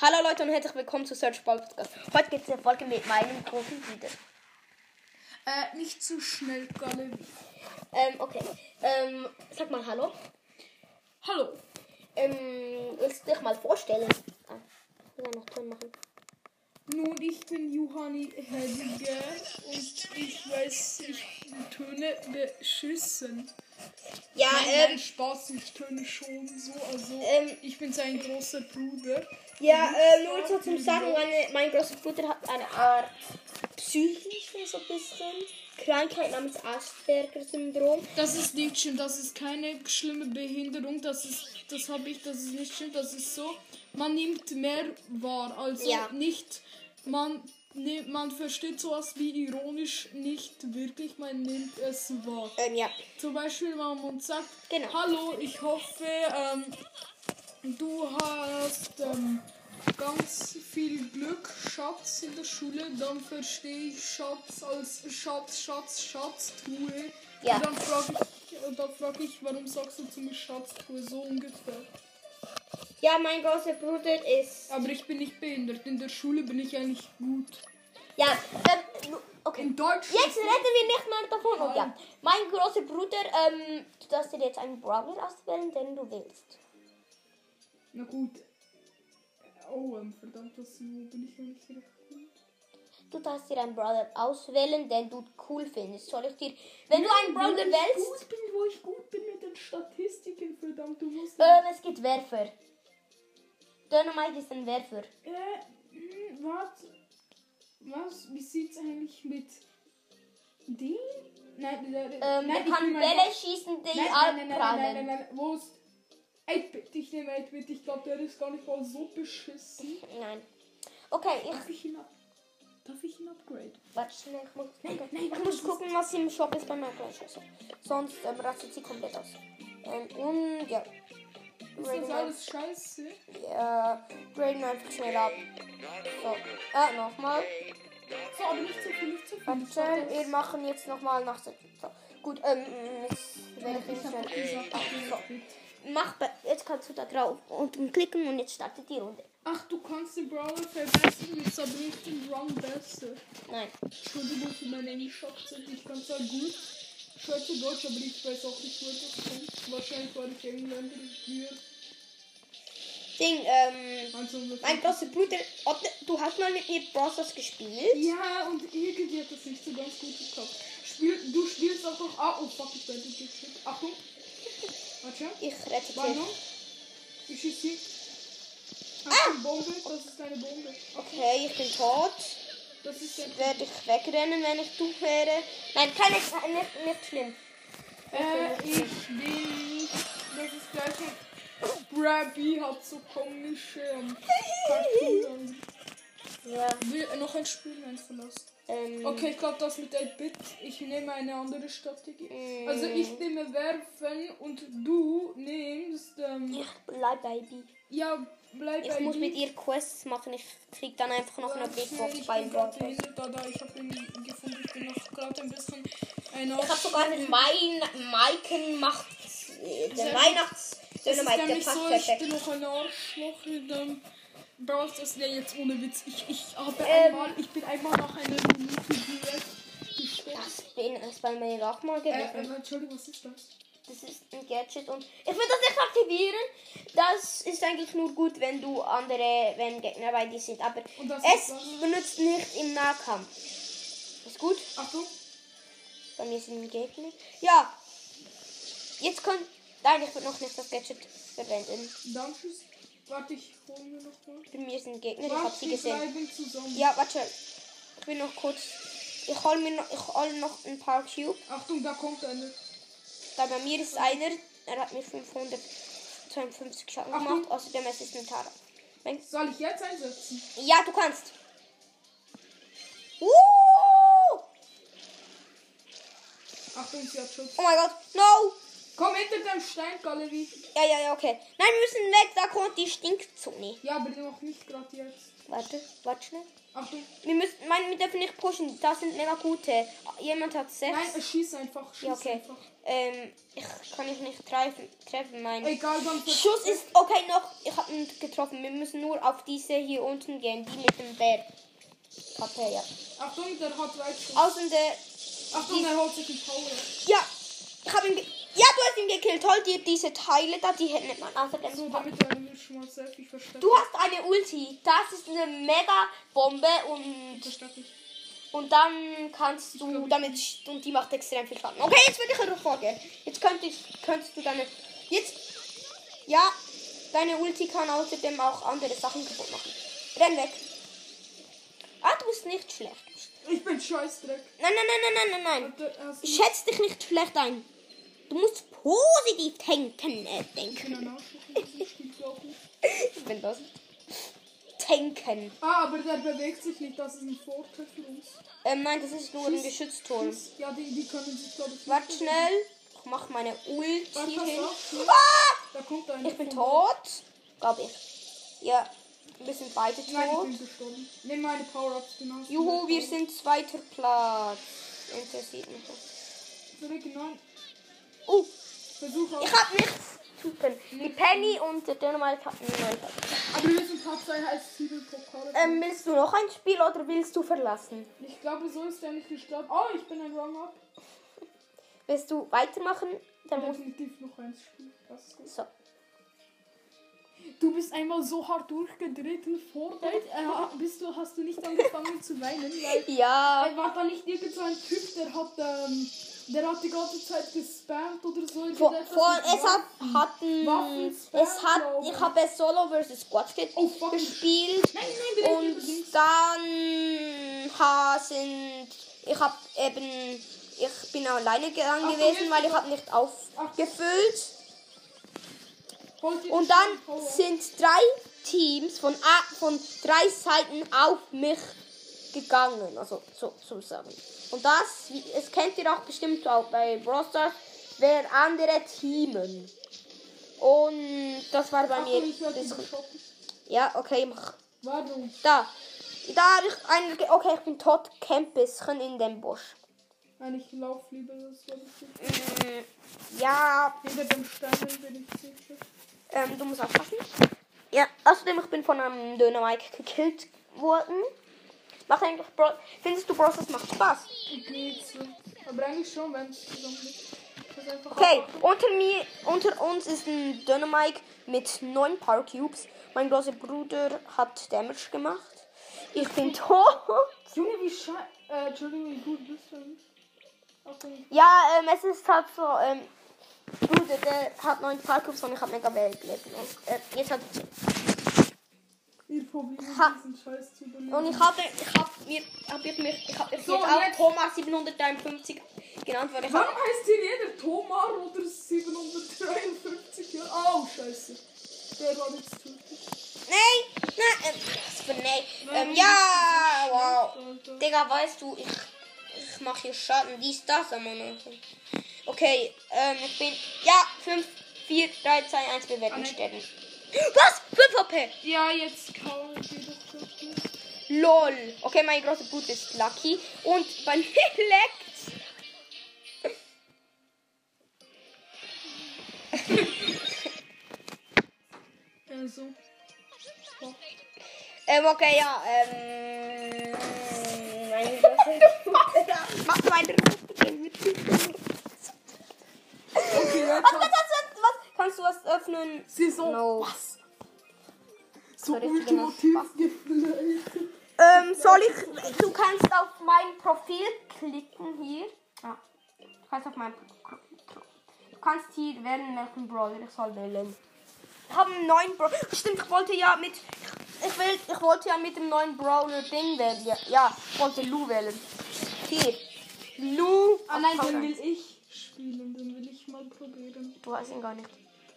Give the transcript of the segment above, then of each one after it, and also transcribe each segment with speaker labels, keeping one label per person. Speaker 1: Hallo Leute und herzlich willkommen zu Search Ball Podcast. Heute gibt es eine Folge mit meinem großen Bruder.
Speaker 2: Äh, nicht zu schnell, Galerie.
Speaker 1: Ähm, okay. Ähm, sag mal Hallo.
Speaker 2: Hallo.
Speaker 1: Ähm, willst du dich mal vorstellen? Ah, ich will ja noch Ton machen.
Speaker 2: Nun, ich bin Johanni Helliger und ich weiß, ich töne beschissen.
Speaker 1: Ja,
Speaker 2: nein, nein,
Speaker 1: ähm,
Speaker 2: Spaß, ich töne schon so. Also,
Speaker 1: Ähm,
Speaker 2: ich bin sein großer Bruder.
Speaker 1: ja, äh, nur so zum Sagen, meine, mein großer Bruder hat eine Art psychische, so ein bisschen Krankheit namens Asperger-Syndrom.
Speaker 2: Das ist nicht schlimm, das ist keine schlimme Behinderung. Das ist, das habe ich, das ist nicht schlimm. Das ist so, man nimmt mehr wahr. Also,
Speaker 1: Ja.
Speaker 2: nicht, man, ne, man versteht sowas wie ironisch nicht wirklich, man nimmt es wahr.
Speaker 1: Ähm, ja.
Speaker 2: Zum Beispiel, wenn man sagt,
Speaker 1: Genau.
Speaker 2: hallo, ich hoffe, ähm, du hast ähm, ganz viel Glück, Schatz, in der Schule. Dann verstehe ich Schatz als Schatz, Schatz, Schatztruhe.
Speaker 1: Ja.
Speaker 2: Und dann frage ich, dann frag ich, warum sagst du zu mir Schatztruhe, so ungefähr.
Speaker 1: Ja, mein großer Bruder ist.
Speaker 2: Aber ich bin nicht behindert, in der Schule bin ich eigentlich gut.
Speaker 1: Ja, ähm, nu- okay.
Speaker 2: In Deutsch...
Speaker 1: Jetzt reden wir nicht mehr davon. Und ja, mein großer Bruder, ähm, du darfst dir jetzt einen Brawler auswählen, den du willst.
Speaker 2: Na gut. Oh, ähm, verdammt, das bin ich ja nicht recht gut.
Speaker 1: Du darfst dir einen Brawler auswählen, den du cool findest. Soll ich dir, wenn du einen Brawler wählst,
Speaker 2: gut bin, wo ich gut bin mit den Statistiken, verdammt, du musst. Äh,
Speaker 1: ähm, es gibt Werfer. Dynamite ist ein Werfer.
Speaker 2: mh, warte. Was? Wie sieht's eigentlich mit dem? Nein, nein,
Speaker 1: Ähm,
Speaker 2: nein,
Speaker 1: der kann
Speaker 2: nehme
Speaker 1: Bälle
Speaker 2: einfach-
Speaker 1: schießen, die
Speaker 2: nein, nein, nein, nein, nein, nein,
Speaker 1: abprallen.
Speaker 2: nein, wo ist. 8-Bit, ich nehme 8-Bit, ich glaube, der ist gar nicht mal so beschissen.
Speaker 1: Nein. Okay, ich
Speaker 2: Darf ich ihn ab. Darf ich ihn upgraden?
Speaker 1: Warte schnell, ich muss gucken.
Speaker 2: nein,
Speaker 1: ich muss gucken, was im Shop ist bei meinem Fleischesser. Sonst ähm, rastet sie komplett aus. Ähm, und ja.
Speaker 2: Ist
Speaker 1: Raiden
Speaker 2: das alles scheiße?
Speaker 1: einfach- Äh, Raiden einfach schnell ab. So. Äh, nochmal.
Speaker 2: So, aber nicht zu viel, nicht zu viel.
Speaker 1: Warte schnell, wir machen jetzt nochmal nach so. Gut, ähm, jetzt werde ich ihn
Speaker 2: Ich hab
Speaker 1: schnell.
Speaker 2: gesagt,
Speaker 1: Ach, so.
Speaker 2: 8-Bit.
Speaker 1: Mach, be- jetzt kannst du da drauf unten klicken und jetzt startet die Runde.
Speaker 2: Ach, du kannst den Brawler verbessern, jetzt aber nicht den Rang besser.
Speaker 1: Nein.
Speaker 2: Entschuldigung für meine Englisch-Akzent, ich kann zwar gut Schweizer Deutsch, aber ich weiß auch nicht, wo das kommt. Wahrscheinlich war ich Engländer hier.
Speaker 1: Ding, ähm,
Speaker 2: Also wir-
Speaker 1: mein großer Bruder, ob, ne- du hast mal mit mir Brawlers gespielt?
Speaker 2: Ja, und irgendwie hat das nicht so ganz gut geklappt. Spiel, du spielst auch noch... Ah, oh fuck, ich werde geschickt. Achtung. Warte,
Speaker 1: Ich rette dich.
Speaker 2: Warnung. Ich schieße sie. Ah! Bombe, das ist eine Bombe.
Speaker 1: Okay, ich bin tot.
Speaker 2: Das ist ein...
Speaker 1: Werde ich wegrennen, wenn ich du wäre? Nein, keine, nein, nicht, nicht schlimm.
Speaker 2: Äh, ich bin nicht. Das ist gleich ein. Brabby hat so komische. ähm, Cartoons.
Speaker 1: Ja,
Speaker 2: Will äh, noch ein Spiel einverlassen.
Speaker 1: ähm,
Speaker 2: Okay, ich glaube, das mit 8-Bit. Ich nehme eine andere Strategie.
Speaker 1: Mm.
Speaker 2: Also, ich nehme werfen und du nimmst. Ähm,
Speaker 1: Ich bleib bei B.
Speaker 2: ja, bleib
Speaker 1: Ich
Speaker 2: bei
Speaker 1: muss
Speaker 2: dir.
Speaker 1: mit ihr Quests machen. Ich krieg dann einfach noch eine
Speaker 2: Warte,
Speaker 1: Bitbox
Speaker 2: ich
Speaker 1: beim
Speaker 2: bin grad
Speaker 1: Broadcast.
Speaker 2: behindert, da, da, ich habe ihn gefunden. Ich bin noch gerade ein bisschen. Ein
Speaker 1: Ich hab sogar den Mein Maiken macht äh,
Speaker 2: Das
Speaker 1: der
Speaker 2: ist
Speaker 1: Weihnachts
Speaker 2: Es
Speaker 1: der
Speaker 2: ist
Speaker 1: Mike, der
Speaker 2: nämlich
Speaker 1: passt
Speaker 2: so, ich
Speaker 1: perfekt.
Speaker 2: bin noch ein Arschloch in dem Brawl Stars. Nee, jetzt ohne Witz. Ich, ich habe
Speaker 1: Ähm.
Speaker 2: einmal, ich bin einmal nach einer Minute direkt gestorben.
Speaker 1: Das bin es bei mir auch mal
Speaker 2: Äh, äh,
Speaker 1: gewesen.
Speaker 2: Entschuldigung, was ist das?
Speaker 1: Das ist ein Gadget und ich will das nicht aktivieren. Das ist eigentlich nur gut, wenn du andere, wenn Gegner bei dir sind. Aber
Speaker 2: Und das
Speaker 1: Es
Speaker 2: ist was?
Speaker 1: benutzt nicht im Nahkampf. Ist gut?
Speaker 2: Achtung.
Speaker 1: Bei mir sind die Gegner. Ja. Jetzt kann. Nein, ich würde noch nicht das Gadget verwenden.
Speaker 2: Dampfschuss. Warte, ich hole mir noch mal.
Speaker 1: Bei mir sind Gegner. Ich habe
Speaker 2: Warte,
Speaker 1: sie
Speaker 2: wir
Speaker 1: gesehen.
Speaker 2: bleiben zusammen.
Speaker 1: Ja, warte. Ich bin noch kurz. Ich hole mir noch, ich hol noch ein paar Cube.
Speaker 2: Achtung, da kommt eine.
Speaker 1: Da bei mir ist einer. Er hat mir 552 Schaden
Speaker 2: Achtung.
Speaker 1: gemacht. Außerdem es ist ein Tara. Mein-
Speaker 2: Soll ich jetzt einsetzen?
Speaker 1: Ja, du kannst. Uh!
Speaker 2: Achtung, sie hat Schutz.
Speaker 1: Oh mein Gott. No!
Speaker 2: Komm hinter dem Steingalerie.
Speaker 1: Ja, ja, ja, okay. Nein, wir müssen weg, da kommt die Stinkzone.
Speaker 2: Ja, aber noch nicht gerade jetzt.
Speaker 1: Warte, warte schnell.
Speaker 2: Achtung.
Speaker 1: Wir müssen, nein, wir dürfen nicht pushen, das sind mega gute. Jemand hat sechs.
Speaker 2: Nein, äh, schieß einfach. Schieß
Speaker 1: ja, okay.
Speaker 2: einfach.
Speaker 1: Ähm, ich kann ich nicht treffen, treffen mein
Speaker 2: Egal, dann
Speaker 1: Schuss ist, okay, noch, ich habe ihn getroffen. Wir müssen nur auf diese hier unten gehen, die mit dem Bär. Kappe, ja.
Speaker 2: Achtung, der hat Weitschuss.
Speaker 1: Außen der,
Speaker 2: Achtung, der holt sich die Power.
Speaker 1: ja, ich habe ihn, ge ja, du hast ihn gekillt. Hol dir diese Teile da, die hätten man
Speaker 2: So,
Speaker 1: außerdem
Speaker 2: damit er mir schon mal sehr viel versteckt.
Speaker 1: Du hast eine Ulti. Das ist eine mega Bombe und,
Speaker 2: Versteck dich.
Speaker 1: und dann kannst du damit sch- und die macht extrem viel Schaden. Okay, jetzt würde ich einfach vorgehen. Jetzt könnte ich, könntest du deine jetzt ja deine Ulti kann außerdem auch andere Sachen kaputt machen. Renn weg. Ah, du bist nicht schlecht.
Speaker 2: Ich bin Scheißdreck.
Speaker 1: Nein, nein, nein, nein, nein, nein,
Speaker 2: Und, äh, hast du-
Speaker 1: nein. Schätz dich nicht schlecht ein. Du musst positiv denken, äh, denken.
Speaker 2: Keine Ahnung, das Spiel glauben.
Speaker 1: Ich bin das. Denken.
Speaker 2: Ah, aber der bewegt sich nicht, das ist ein Vorteil für uns.
Speaker 1: Ähm, nein, das ist nur ein
Speaker 2: Schieß,
Speaker 1: Geschützturm.
Speaker 2: Ja, die, die können sich, glaube ich,
Speaker 1: Warte schnell. Ich mach meine Ulti
Speaker 2: Warte,
Speaker 1: hin.
Speaker 2: pass auf.
Speaker 1: Ah!
Speaker 2: Da kommt einer.
Speaker 1: Ich bin
Speaker 2: von-
Speaker 1: tot. Glaub ich. Ja, wir sind beide
Speaker 2: Nein, ich
Speaker 1: tot.
Speaker 2: bin gestorben. Nimm meine Power-Ups, genau.
Speaker 1: Juhu, wir sind zweiter Platz. Interessiert mich nicht.
Speaker 2: Zurück, nein.
Speaker 1: Oh,
Speaker 2: Versuch auch.
Speaker 1: ich hab nichts. Super. Die Penny und der Dynamite hatten neun Platz.
Speaker 2: Aber wir sind Platz 2 als Zwiebelpokal.
Speaker 1: Ähm, willst du noch ein Spiel oder willst du verlassen?
Speaker 2: Ich glaube, so ist der nicht gestorben. Oh, ich bin ein Wrong-Up.
Speaker 1: Willst du weitermachen? Dann musst
Speaker 2: Definitiv noch eins spielen. Das ist gut.
Speaker 1: so.
Speaker 2: Du bist einmal so hart durchgedreht und Vorteil. Äh, bist du, hast du nicht angefangen zu weinen, weil
Speaker 1: Ja.
Speaker 2: Ey, Äh, war da nicht irgend so ein Typ, der hat, ähm, der hat die ganze Zeit gespammt oder so?
Speaker 1: Vor,
Speaker 2: Irgendetwas
Speaker 1: vor,
Speaker 2: mit
Speaker 1: es hat,
Speaker 2: Waffen.
Speaker 1: hatten,
Speaker 2: Waffen,
Speaker 1: es hat, ich habe Solo vs. Squad Kid
Speaker 2: Oh, fuck.
Speaker 1: gespielt.
Speaker 2: Nein, nein, nein,
Speaker 1: Und dann ha, sind ich habe eben ich bin alleine gegangen
Speaker 2: Ach, du
Speaker 1: gewesen,
Speaker 2: bist-
Speaker 1: weil ich habe nicht aufgefüllt.
Speaker 2: Wollt ihr
Speaker 1: Und
Speaker 2: die
Speaker 1: dann
Speaker 2: Power?
Speaker 1: sind drei Teams von a- von drei Seiten auf mich gegangen, also so sozusagen. Und das, wie- es kennt ihr auch bestimmt auch bei Brawl Stars, wären andere Teamen. Und das war bei
Speaker 2: Ach,
Speaker 1: mir.
Speaker 2: ich werd
Speaker 1: das-
Speaker 2: überschossen.
Speaker 1: Ja, okay, mach.
Speaker 2: Warum?
Speaker 1: Da. Da habe ich einen. ge- Okay, ich bin tot. Camp bisschen in dem Busch.
Speaker 2: Nein, ich lauf lieber, das war nicht gut.
Speaker 1: Mm, Ja,
Speaker 2: Hinter dem Stein bin ich sicher.
Speaker 1: ähm, du musst aufpassen. Ja, außerdem, ich bin von einem Döner Mike gekillt worden. Macht eigentlich Bro Findest du Bros, das macht Spaß?
Speaker 2: Und nicht so. Aber eigentlich schon, wenn es zusammen ist. Das ist einfach
Speaker 1: Okay, unter mir, unter uns ist ein Döner Mike mit 9 Power Cubes. Mein großer Bruder hat Damage gemacht. Ich bin tot.
Speaker 2: Junge, wie scheiße. Äh, Entschuldigung, wie gut bist du? Auch wenn ich
Speaker 1: Ja, ähm, es ist halt so, ähm, Bruder, der hat 9 Power Cubes und ich habe mega Welt gelesen. Und äh, jetzt hat
Speaker 2: ihr Problem mit
Speaker 1: Ha.
Speaker 2: diesem Scheiß zu
Speaker 1: Und
Speaker 2: übernehmen.
Speaker 1: ich habe, ich habe mir, hab ich mir, ich habe
Speaker 2: So,
Speaker 1: so, auch
Speaker 2: jetzt-
Speaker 1: Thomas 753 genannt, weil ich
Speaker 2: Warum heißt hier jeder Tomar oder 753 Jahre? Oh, scheiße. Der war jetzt tödlich.
Speaker 1: Nein, nein, ähm, was für nein.
Speaker 2: Nein,
Speaker 1: Ähm,
Speaker 2: das
Speaker 1: ja,
Speaker 2: ist
Speaker 1: wow.
Speaker 2: schlecht, Alter.
Speaker 1: Digga, weißt du, ich, ich mache hier Schaden, dies, das, aber noch. Okay, ähm, ich bin, ja, 5, 4, 3, 2, 1,
Speaker 2: Ah,
Speaker 1: bewerten,
Speaker 2: nein.
Speaker 1: sterben. Was? 5 HP?
Speaker 2: Ja, jetzt kaum wir doch tödlich.
Speaker 1: LOL. Okay, mein großer Bruder ist Lucky. Und bei mir leckt's.
Speaker 2: Also.
Speaker 1: Ähm, okay, ja, ähm. Mein großer Mach weiter.
Speaker 2: Okay, jetzt
Speaker 1: Was, was,
Speaker 2: hat
Speaker 1: was, was? Kannst du was öffnen?
Speaker 2: sie so.
Speaker 1: No.
Speaker 2: Was? So
Speaker 1: war richtig genau
Speaker 2: ultimativ geflirtet.
Speaker 1: Ähm, soll ich. Du kannst auf mein Profil klicken hier. Ah. Du kannst auf mein Pro- Pro- Du kannst hier wählen, welchen Brawler ich soll wählen. Ich habe einen neuen Brawler. Stimmt, ich wollte ja mit. Ich, will, ich wollte ja mit dem neuen Brawler Ding wählen. Ja, ja ich wollte Lou wählen. Hier. Lou. Oh,
Speaker 2: Ah nein,
Speaker 1: Ach,
Speaker 2: den will ich spielen. Den will ich mal probieren.
Speaker 1: Du hast ihn gar nicht.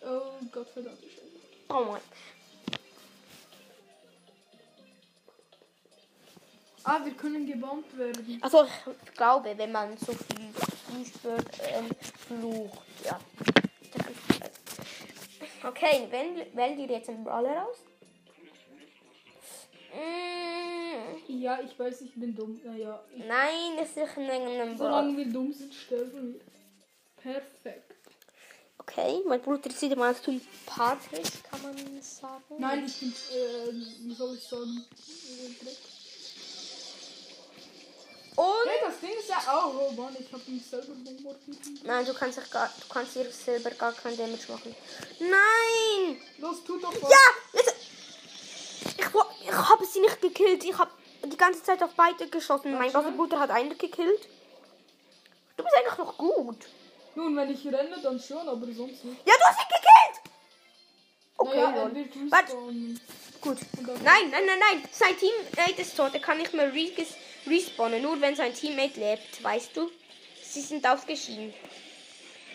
Speaker 2: Oh Gott, verdammt. Scheiße.
Speaker 1: Oh mein.
Speaker 2: Ah, wir können gebombt werden.
Speaker 1: Also ich glaube, wenn man so viel flucht wird, ähm, flucht, ja. Okay, wenn, wähl dir jetzt einen Brawler aus. Mm,
Speaker 2: Ja, ich weiß, ich bin dumm. Naja, ich,
Speaker 1: nein, das ist irgendein Brawler.
Speaker 2: solange wir dumm sind, sterben wir. Perfekt.
Speaker 1: Okay, mein Bruder ist wieder mal zum Patrick, kann man sagen.
Speaker 2: Nein, ich bin, äh, wie soll ich sagen? Äh, Dreck.
Speaker 1: Und?
Speaker 2: Hey, das Ding ist ja auch, oh Mann, ich hab mich selber bombardiert.
Speaker 1: Nein, du kannst, dich gar, du kannst dir selber gar kein Damage machen. Nein!
Speaker 2: Los, tu doch was.
Speaker 1: Ja! Jetzt, ich wo- ich habe sie nicht gekillt. Ich habe die ganze Zeit auf beide geschossen. Mein
Speaker 2: schon.
Speaker 1: großer Bruder hat einen gekillt. Du bist eigentlich noch gut.
Speaker 2: Nun, wenn ich renne, dann schon, aber sonst nicht.
Speaker 1: Ja, du hast ihn gekillt! Okay,
Speaker 2: naja, er
Speaker 1: lol.
Speaker 2: wird
Speaker 1: Warte,
Speaker 2: respawnen.
Speaker 1: gut.
Speaker 2: Und dann-
Speaker 1: Nein, nein, nein, nein. Sein Teammate ist tot. Er kann nicht mehr reges- respawnen. Nur wenn sein Teammate lebt, weißt du? Sie sind aufgeschieden.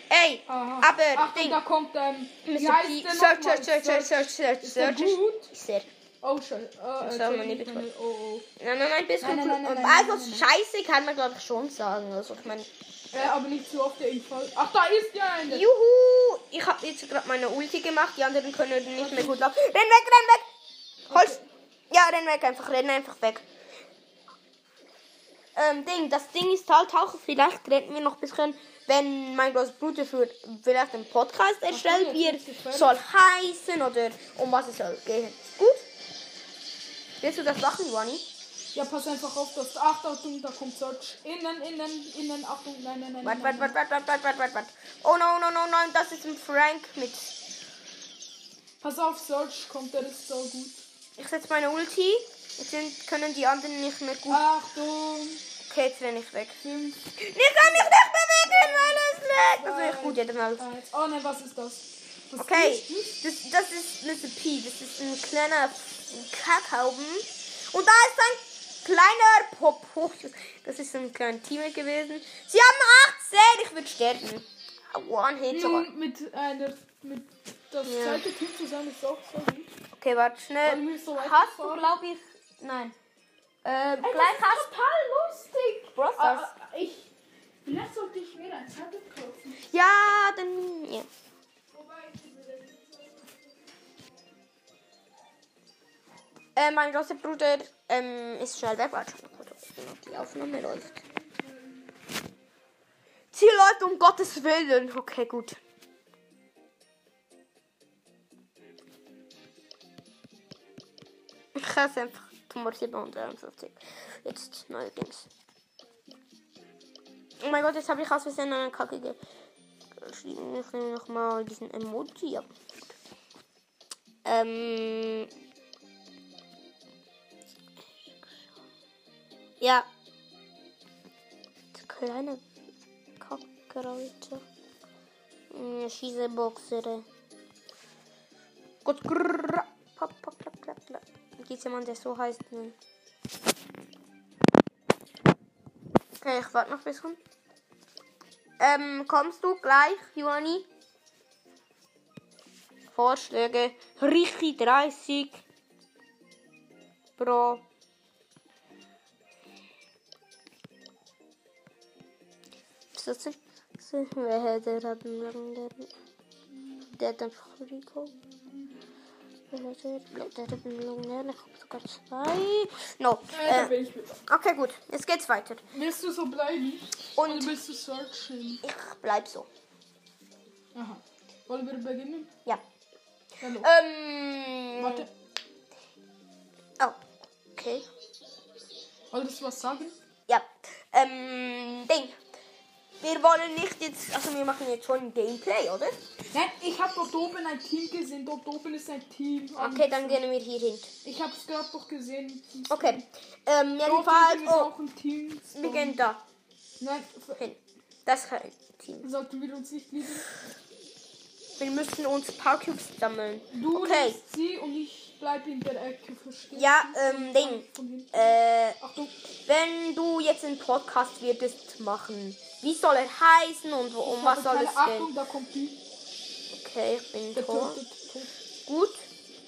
Speaker 1: Ey,
Speaker 2: Aha.
Speaker 1: aber
Speaker 2: Ach, und
Speaker 1: Ding.
Speaker 2: da kommt, ähm, wie
Speaker 1: Mr.
Speaker 2: heißt
Speaker 1: P.
Speaker 2: der
Speaker 1: Search,
Speaker 2: nochmal?
Speaker 1: search, search, search, search, search,
Speaker 2: Ist der
Speaker 1: search.
Speaker 2: gut?
Speaker 1: Ist er.
Speaker 2: Oh, scheiße. Äh,
Speaker 1: soll
Speaker 2: äh,
Speaker 1: man nicht
Speaker 2: ich meine, oh, oh.
Speaker 1: Nein, nein, nein, bist du.
Speaker 2: Nein, nein, nein, nein,
Speaker 1: und
Speaker 2: nein,
Speaker 1: also
Speaker 2: nein, nein.
Speaker 1: scheiße kann man glaube ich schon sagen. Also ich meine.
Speaker 2: Äh, aber nicht so auf jeden Fall. Ach, da ist ja eine.
Speaker 1: Juhu! Ich habe jetzt gerade meine Ulti gemacht, die anderen können nicht mehr gut laufen. Renn weg, renn weg! Holz! Ja, renn weg einfach, renn einfach weg. Ähm, Ding, das Ding ist halt auch, vielleicht rennen wir noch ein bisschen, wenn mein großer Bruder für vielleicht einen Podcast erstellt,
Speaker 2: jetzt
Speaker 1: wie
Speaker 2: wird's
Speaker 1: er
Speaker 2: gefährlich.
Speaker 1: soll heißen oder um was es soll gehen. Gut? Willst du das machen, Ronny?
Speaker 2: Ja, pass einfach auf, dass. Ach, Achtung, da kommt Search. Innen, innen, innen, Achtung, nein, nein, nein.
Speaker 1: Warte,
Speaker 2: nein,
Speaker 1: warte, warte, warte, warte, warte, warte, warte. Oh no, no, no, nein, das ist ein Frank mit.
Speaker 2: Pass auf, Search kommt, der ist so gut.
Speaker 1: Ich setze meine Ulti. Jetzt sind, können die anderen nicht mehr gut.
Speaker 2: Achtung,
Speaker 1: Okay, jetzt bin ich weg.
Speaker 2: 5,
Speaker 1: Ich kann mich nicht bewegen, weil es lag. Das wäre ich gut jedes Mal.
Speaker 2: 1. Oh nein, was ist das? Was
Speaker 1: Okay,
Speaker 2: ist
Speaker 1: das,
Speaker 2: das?
Speaker 1: das ist Mr. P. Das ist ein kleiner Kackhauben. Und da ist ein kleiner Popo. Das ist ein kleiner Team gewesen. Sie haben 18. Ich würde sterben. One hit sogar.
Speaker 2: Nun, mit einer. Mit das
Speaker 1: Ja.
Speaker 2: zweite Team zusammen ist auch so gut.
Speaker 1: Okay, warte
Speaker 2: Weil
Speaker 1: schnell.
Speaker 2: wir so weit
Speaker 1: Hast du,
Speaker 2: gefahren-
Speaker 1: glaube ich. Nein. Ähm,
Speaker 2: Ey, das
Speaker 1: gleich
Speaker 2: ist
Speaker 1: hast
Speaker 2: total lustig.
Speaker 1: Brawl Stars.
Speaker 2: Ah, ah, ich. Vielleicht sollte ich mir ein Zettel kaufen.
Speaker 1: Ja, dann. Ja.
Speaker 2: Wobei,
Speaker 1: Äh, mein großer Bruder ähm, ist schnell weg. Warte, mal kurz, ob die Aufnahme läuft. Sie läuft um Gottes Willen. Okay, gut. Ich helfe einfach. Nummer 753. Jetzt neuerdings. Oh mein Gott, jetzt habe ich aus Versehen eine Kacke ge- geschrieben. Ich nehme nochmal diesen Emoji. Ja. Ähm, Ja. Die kleine Kackreute. Hm, Schieße Boxere. Gut. grrrr, Pop, pop, klapp, klapp, klapp. Gibt jemand, der so heißt? Nein. Okay, ich warte noch ein bisschen. Ähm, kommst du gleich, Johanni? Vorschläge. Richtig 30 pro Sitzen. Wer hätte Raben lang lernen? Der hat einfach Rico. Wer hätte der Raben lang lernen? Ich habe sogar zwei. No.
Speaker 2: äh, da
Speaker 1: Äh,
Speaker 2: bin ich wieder.
Speaker 1: okay, gut. Jetzt geht's weiter.
Speaker 2: Willst du so bleiben?
Speaker 1: Und-
Speaker 2: Oder willst du searchen?
Speaker 1: Ich bleib so.
Speaker 2: Aha. Wollen wir beginnen?
Speaker 1: Ja.
Speaker 2: Hallo.
Speaker 1: Äh. Ähm.
Speaker 2: Warte.
Speaker 1: Oh. Okay.
Speaker 2: Wolltest du was sagen?
Speaker 1: Ja. Ähm. Ding. Wir wollen nicht jetzt. Also, wir machen jetzt schon ein Gameplay, oder?
Speaker 2: Nein, ich habe dort oben ein Team gesehen. Dort oben ist ein Team.
Speaker 1: Okay, dann gehen wir hier hin.
Speaker 2: Ich habe es gerade doch gesehen.
Speaker 1: Okay. Ähm,
Speaker 2: Dort
Speaker 1: jedenfalls.
Speaker 2: oben ist
Speaker 1: Oh,
Speaker 2: auch ein Team.
Speaker 1: wir gehen da
Speaker 2: Nein, f-
Speaker 1: hin. Das kann Team.
Speaker 2: sollten wir uns nicht lieben.
Speaker 1: Wir müssen uns Power Cubes sammeln.
Speaker 2: Du
Speaker 1: okay.
Speaker 2: nimmst sie und ich bleibe in der Ecke. Verstehst
Speaker 1: Ja,
Speaker 2: du?
Speaker 1: ähm,
Speaker 2: Und
Speaker 1: Ding.
Speaker 2: von hinten.
Speaker 1: Äh,
Speaker 2: Achtung.
Speaker 1: wenn du jetzt einen Podcast würdest machen, wie soll er heißen und wo, um
Speaker 2: ich
Speaker 1: was
Speaker 2: habe
Speaker 1: soll
Speaker 2: keine
Speaker 1: es
Speaker 2: Achtung,
Speaker 1: gehen?
Speaker 2: da kommt die.
Speaker 1: Okay, ich bin
Speaker 2: Der
Speaker 1: tot.
Speaker 2: tötet. tot.
Speaker 1: Gut.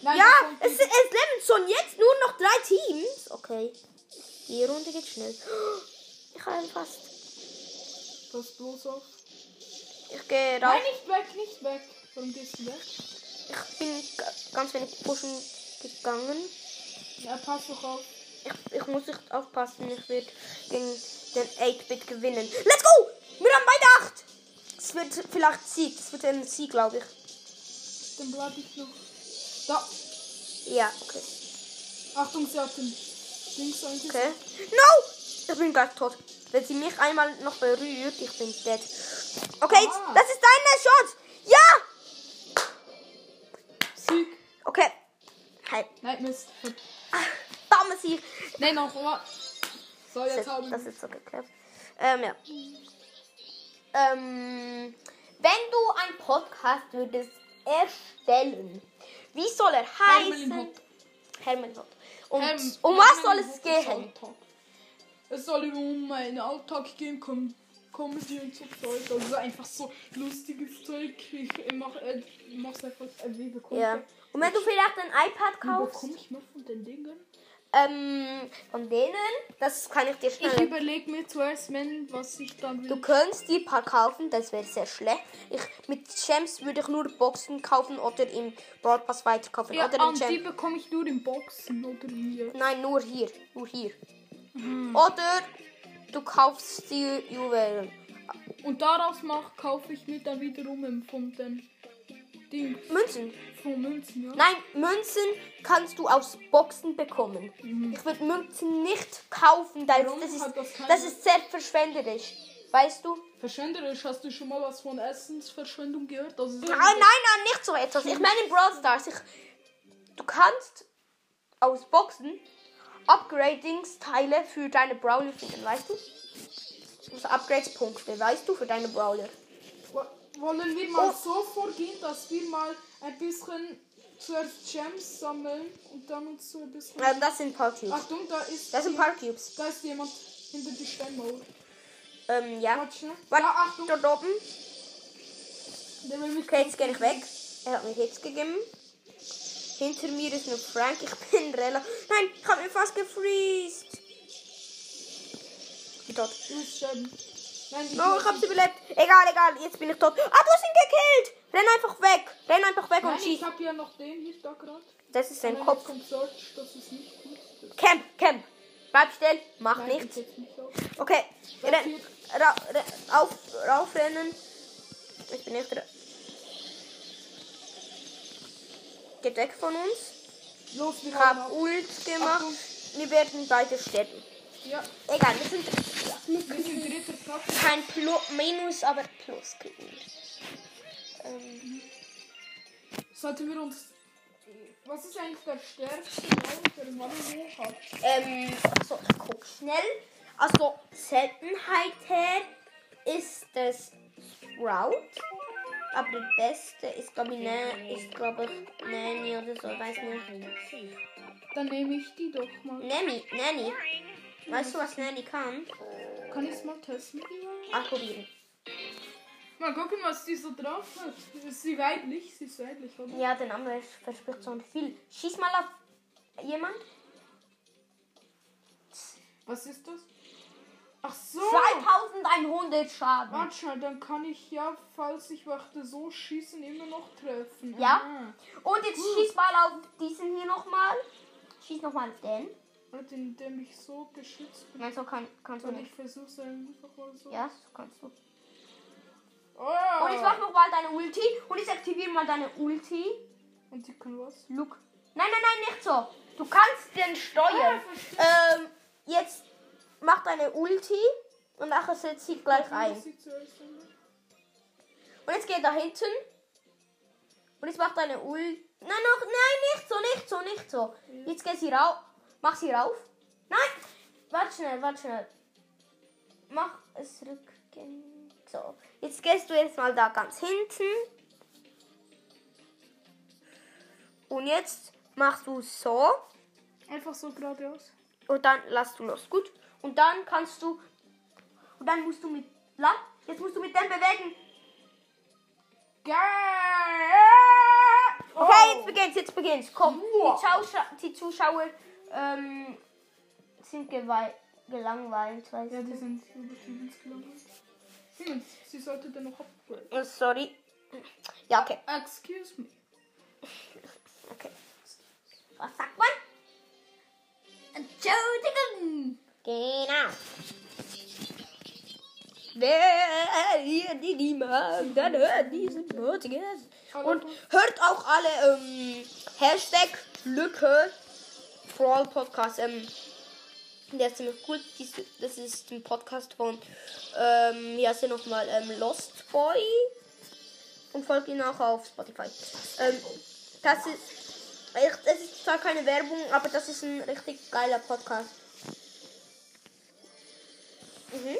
Speaker 2: Nein,
Speaker 1: ja,
Speaker 2: da kommt
Speaker 1: es, es
Speaker 2: die.
Speaker 1: leben schon jetzt nur noch drei Teams. Okay. Die Runde geht schnell. Ich habe fast.
Speaker 2: Pass bloß auf.
Speaker 1: Ich gehe rauf.
Speaker 2: Nein, nicht weg, nicht weg. Warum gehst du weg?
Speaker 1: Ich bin g- ganz wenig pushen gegangen.
Speaker 2: Ja, pass doch auf.
Speaker 1: Ich, ich muss echt aufpassen. Ich werde gegen den 8-Bit gewinnen. Let's go! Wir haben beide 8! Es wird vielleicht Sieg. Es wird ein Sieg, glaube ich.
Speaker 2: Dann bleib ich noch. Da.
Speaker 1: Ja, okay.
Speaker 2: Achtung, sie hat den Dings eingesetzt.
Speaker 1: Okay. No! Ich bin gleich tot. Wenn sie mich einmal noch berührt, ich bin dead. Okay, jetzt-
Speaker 2: Ah.
Speaker 1: das ist deine Chance! Ja!
Speaker 2: Sieg.
Speaker 1: Okay. Ah, Hi.
Speaker 2: Nein, Mist.
Speaker 1: Bam, sie.
Speaker 2: Nein, noch. wa- So,
Speaker 1: Das
Speaker 2: jetzt
Speaker 1: ist,
Speaker 2: haben
Speaker 1: das ist so geklappt. Ähm, ja. Ähm, wenn du einen Podcast würdest erstellen, wie soll er heißen?
Speaker 2: Hermelin Hot.
Speaker 1: Hermann Hot. Und
Speaker 2: Ähm,
Speaker 1: um was soll
Speaker 2: Hermelin
Speaker 1: es
Speaker 2: Hot
Speaker 1: gehen?
Speaker 2: ist Alltag. Es soll um meinen Alltag gehen, Com Comedy und so Zeug. Also einfach so lustiges Zeug. Ich mache äh, ich mach's einfach. Äh, wie bekomme
Speaker 1: Ja.
Speaker 2: ich
Speaker 1: Und wenn du vielleicht ein iPad
Speaker 2: Wie bekomme
Speaker 1: kaufst,
Speaker 2: ich noch von den Dingen?
Speaker 1: ähm, von denen, das kann ich dir
Speaker 2: Ich
Speaker 1: schnell.
Speaker 2: überlege mir zuerst, wenn, was ich dann will.
Speaker 1: Du könntest die paar kaufen, das wäre sehr schlecht. Ich, mit Gems würde ich nur Boxen kaufen oder im Broadpass weiterkaufen.
Speaker 2: Ja,
Speaker 1: oder in
Speaker 2: und
Speaker 1: Gem-
Speaker 2: die bekomme ich nur in Boxen oder hier.
Speaker 1: Nein, nur hier. Nur hier.
Speaker 2: Hm.
Speaker 1: Oder du kaufst die Juwelen.
Speaker 2: Und daraus mach, kaufe ich mir dann wiederum im- von den Ding,
Speaker 1: Münzen.
Speaker 2: von Münzen, ja.
Speaker 1: Nein, Münzen kannst du aus Boxen bekommen. Ich würde Münzen nicht kaufen, da
Speaker 2: Mhm. Warum
Speaker 1: das ist,
Speaker 2: hat das keine-
Speaker 1: das ist sehr verschwenderisch. Weißt du?
Speaker 2: Verschwenderisch, hast du schon mal was von Essensverschwendung gehört? Also
Speaker 1: Nein, nein, nein, nicht so etwas. Ich meine in Brawl Stars. Ich, du kannst aus Boxen Upgradingsteile für deine Brawler finden, weißt du? Also Upgrades-Punkte, weißt du, für deine Brawler.
Speaker 2: Wo- Wollen wir mal
Speaker 1: Oh.
Speaker 2: so vorgehen, dass wir mal ein bisschen zuerst Gems sammeln und dann uns so ein bisschen...
Speaker 1: Ähm, das sind paar Cubes.
Speaker 2: Achtung, da ist,
Speaker 1: Das sind
Speaker 2: jemand-
Speaker 1: paar Cubes.
Speaker 2: da ist jemand hinter die Steinmauer.
Speaker 1: Ähm, ja.
Speaker 2: Warte schnell.
Speaker 1: Warte,
Speaker 2: Ja, Achtung,
Speaker 1: dort oben.
Speaker 2: der will mich...
Speaker 1: Okay, jetzt gehe ich weg. Er hat mir Hits gegeben. Hinter mir ist noch Frank. Ich bin relativ. Nein, ich habe ihn fast gefreezed. Ich bin tot.
Speaker 2: Du musst sterben. Nein, ich...
Speaker 1: Oh, ich hab's überlebt. Egal, egal, jetzt bin ich tot. Ah, du hast ihn gekillt! Renn einfach weg! Renn einfach weg
Speaker 2: Nein,
Speaker 1: und
Speaker 2: ich
Speaker 1: schieß.
Speaker 2: hab ja noch den hier da gerade.
Speaker 1: Das ist sein
Speaker 2: Nein,
Speaker 1: Kopf.
Speaker 2: Vom Search, das ist nicht gut. Das
Speaker 1: Camp, camp. Bleib still, mach
Speaker 2: nein,
Speaker 1: nichts.
Speaker 2: das ist nicht auf.
Speaker 1: Okay,
Speaker 2: Bleib
Speaker 1: renn.
Speaker 2: hier.
Speaker 1: Ra ra auf, raufrennen. Ich bin nicht dran. Geht weg von uns.
Speaker 2: Los, wir
Speaker 1: Ich
Speaker 2: haben
Speaker 1: habe
Speaker 2: ab.
Speaker 1: Ult gemacht.
Speaker 2: Achtung.
Speaker 1: Wir werden beide sterben.
Speaker 2: Ja,
Speaker 1: Egal, wir sind
Speaker 2: wir sind dritter Platz.
Speaker 1: kein Plu Minus, aber Plus kriegen wir. Ähm,
Speaker 2: Sollten wir uns. Was ist eigentlich der stärkste Raum, der Mario hat?
Speaker 1: ähm, so, ich guck schnell. Also, Seltenheit her ist das Sprout. Aber der beste ist, glaube ich, ne, ist, glaube ich, Nanny oder so, weiß nicht.
Speaker 2: Dann nehme ich die doch mal.
Speaker 1: Nanny, Nanny. Weißt du, was Nanny kann?
Speaker 2: Kann ich es mal testen? die?
Speaker 1: Akkubieren.
Speaker 2: Mal gucken, was die so drauf hat. Ist sie weiblich? Sie ist weiblich, oder?
Speaker 1: Ja, der Name ist- verspricht so viel. Schieß mal auf jemand.
Speaker 2: Was ist das? Ach so!
Speaker 1: 2100 Schaden.
Speaker 2: Warte schnell, dann kann ich ja, falls ich warte, so schießen, immer noch treffen. Ah.
Speaker 1: Ja.
Speaker 2: Aha.
Speaker 1: Und jetzt schieß mal auf diesen hier nochmal. Schieß nochmal auf den.
Speaker 2: Warte, indem ich so geschützt bin.
Speaker 1: Nein, so kann, kannst du
Speaker 2: Und ich
Speaker 1: nicht.
Speaker 2: versuche einfach mal so.
Speaker 1: Ja, so kannst du. Und
Speaker 2: Oh!
Speaker 1: jetzt mach nochmal deine Ulti. Und jetzt aktivier mal deine Ulti.
Speaker 2: Und die kann was?
Speaker 1: Look. Nein, nein, nein, nicht so. Du kannst den steuern.
Speaker 2: Ah, verstehe.
Speaker 1: Ähm, jetzt mach deine Ulti. Und nachher setzt sie gleich ein.
Speaker 2: Muss ich zuerst einmal-
Speaker 1: Und jetzt geht er hinten. Und jetzt macht er eine Ul. Nein, noch, nein, nicht so, nicht so, nicht so. Jetzt geht sie rauf. Mach sie rauf. Nein! Warte schnell, warte schnell. Mach es rücken. So. Jetzt gehst du jetzt mal da ganz hinten. Und jetzt machst du so.
Speaker 2: Einfach so geradeaus.
Speaker 1: Und dann lass du los. Gut. Und dann kannst du. Und dann musst du mit. Lang. Jetzt musst du mit dem bewegen.
Speaker 2: Geil!
Speaker 1: Okay, jetzt beginnt's, jetzt beginnt's. Komm,
Speaker 2: Wow.
Speaker 1: die, Zuschauer, die Zuschauer ähm, sind gewei- gelangweilt, weißt
Speaker 2: Ja,
Speaker 1: du?
Speaker 2: die sind übertrieben ins Gelangweilt. Hm, sie sollte dann noch upgraden.
Speaker 1: Oh, sorry. Ja, okay.
Speaker 2: Excuse me.
Speaker 1: Okay. Was sagt man? Entschuldigung. Genau. Wer hier die niemand, dann hört diesen Podcast. Und hört auch alle ähm, Hashtag Lücke Brawl Podcast. Ähm, der ist ziemlich cool. Dies, das ist ein Podcast von, ähm, wie heißt der nochmal? Ähm, Lost Boy. Und folgt ihn auch auf Spotify. Ähm, das ist. echt- Es ist zwar keine Werbung, aber das ist ein richtig geiler Podcast. Mhm.